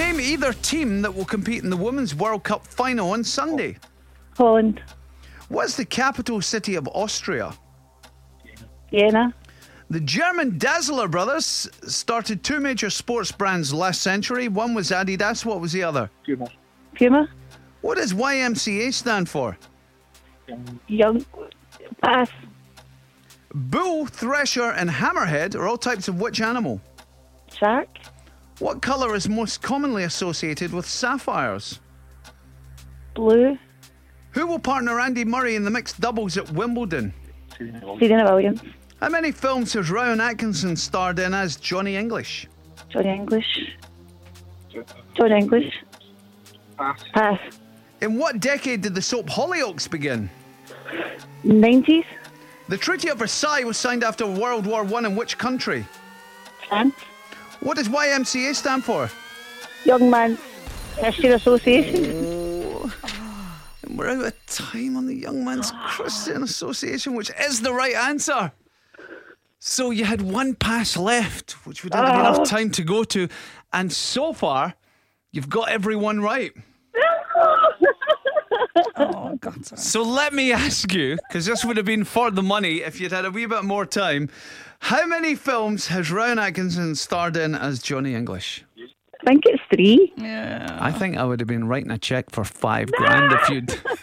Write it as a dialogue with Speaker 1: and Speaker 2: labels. Speaker 1: either team that will compete in the Women's World Cup final on Sunday?
Speaker 2: Holland,
Speaker 1: What's the capital city of Austria?
Speaker 2: Vienna,
Speaker 1: The German Dazzler brothers started two major sports brands last century. One was Adidas, what was the other?
Speaker 3: Puma.
Speaker 2: Puma,
Speaker 1: What does YMCA stand for?
Speaker 2: Young, Pass,
Speaker 1: Bull, Thresher, and Hammerhead are all types of which animal?
Speaker 2: Shark,
Speaker 1: What colour is most commonly associated with sapphires?
Speaker 2: Blue,
Speaker 1: Who will partner Andy Murray in the mixed doubles at Wimbledon?
Speaker 3: Serena Williams.
Speaker 2: Serena Williams,
Speaker 1: How many films has Ryan Atkinson starred in as Johnny English?
Speaker 2: Johnny English, John English,
Speaker 3: Pass.
Speaker 2: Pass,
Speaker 1: In what decade did the soap Hollyoaks begin?
Speaker 2: 90s,
Speaker 1: The Treaty of Versailles was signed after World War One in which country?
Speaker 2: France,
Speaker 1: What does YMCA stand for?
Speaker 2: Young Man's History Association,
Speaker 1: And we're out of time on the Young Man's Christian Association, which is the right answer. So you had one pass left, which we didn't have enough time to go to. And so far, you've got everyone right.
Speaker 4: Oh, God.
Speaker 1: So let me ask you, because this would have been for the money if you'd had a wee bit more time. How many films has Rowan Atkinson starred in as Johnny English?
Speaker 2: I think it's three.
Speaker 4: Yeah.
Speaker 1: I think I would have been writing a check for five grand if you'd